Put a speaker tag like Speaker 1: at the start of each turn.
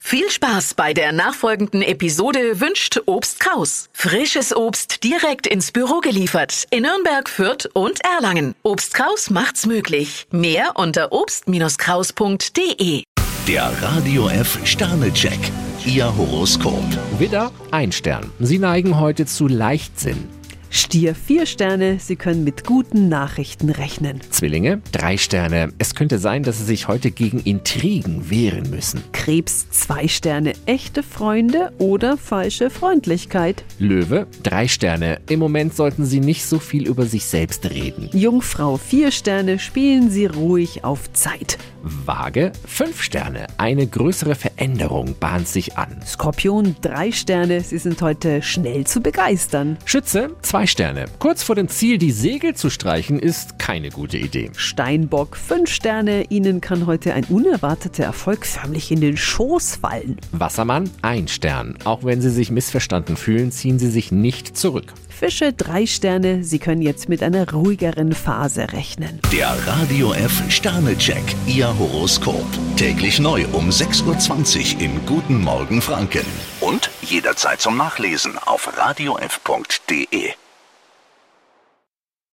Speaker 1: Viel Spaß bei der nachfolgenden Episode wünscht Obst Kraus. Frisches Obst direkt ins Büro geliefert in Nürnberg, Fürth und Erlangen. Obst Kraus macht's möglich. Mehr unter obst-kraus.de.
Speaker 2: Der Radio F Sternecheck. Ihr Horoskop.
Speaker 3: Widder, ein Stern. Sie neigen heute zu Leichtsinn.
Speaker 4: Stier vier Sterne, Sie können mit guten Nachrichten rechnen.
Speaker 3: Zwillinge, drei Sterne. Es könnte sein, dass Sie sich heute gegen Intrigen wehren müssen.
Speaker 4: Krebs zwei Sterne, echte Freunde oder falsche Freundlichkeit.
Speaker 3: Löwe, drei Sterne. Im Moment sollten Sie nicht so viel über sich selbst reden.
Speaker 4: Jungfrau vier Sterne, spielen Sie ruhig auf Zeit.
Speaker 3: Waage, fünf Sterne. Eine größere Veränderung bahnt sich an.
Speaker 4: Skorpion drei Sterne, Sie sind heute schnell zu begeistern.
Speaker 3: Schütze, zwei Sterne. Kurz vor dem Ziel, die Segel zu streichen, ist keine gute Idee.
Speaker 4: Steinbock fünf Sterne, Ihnen kann heute ein unerwarteter Erfolg förmlich in den Schoß fallen.
Speaker 3: Wassermann, ein Stern. Auch wenn Sie sich missverstanden fühlen, ziehen Sie sich nicht zurück.
Speaker 4: Fische drei Sterne, Sie können jetzt mit einer ruhigeren Phase rechnen.
Speaker 2: Der Radio F Sternecheck. Ihr Horoskop. Täglich neu um 6.20 Uhr im Guten Morgen Franken. Und jederzeit zum Nachlesen auf radiof.de.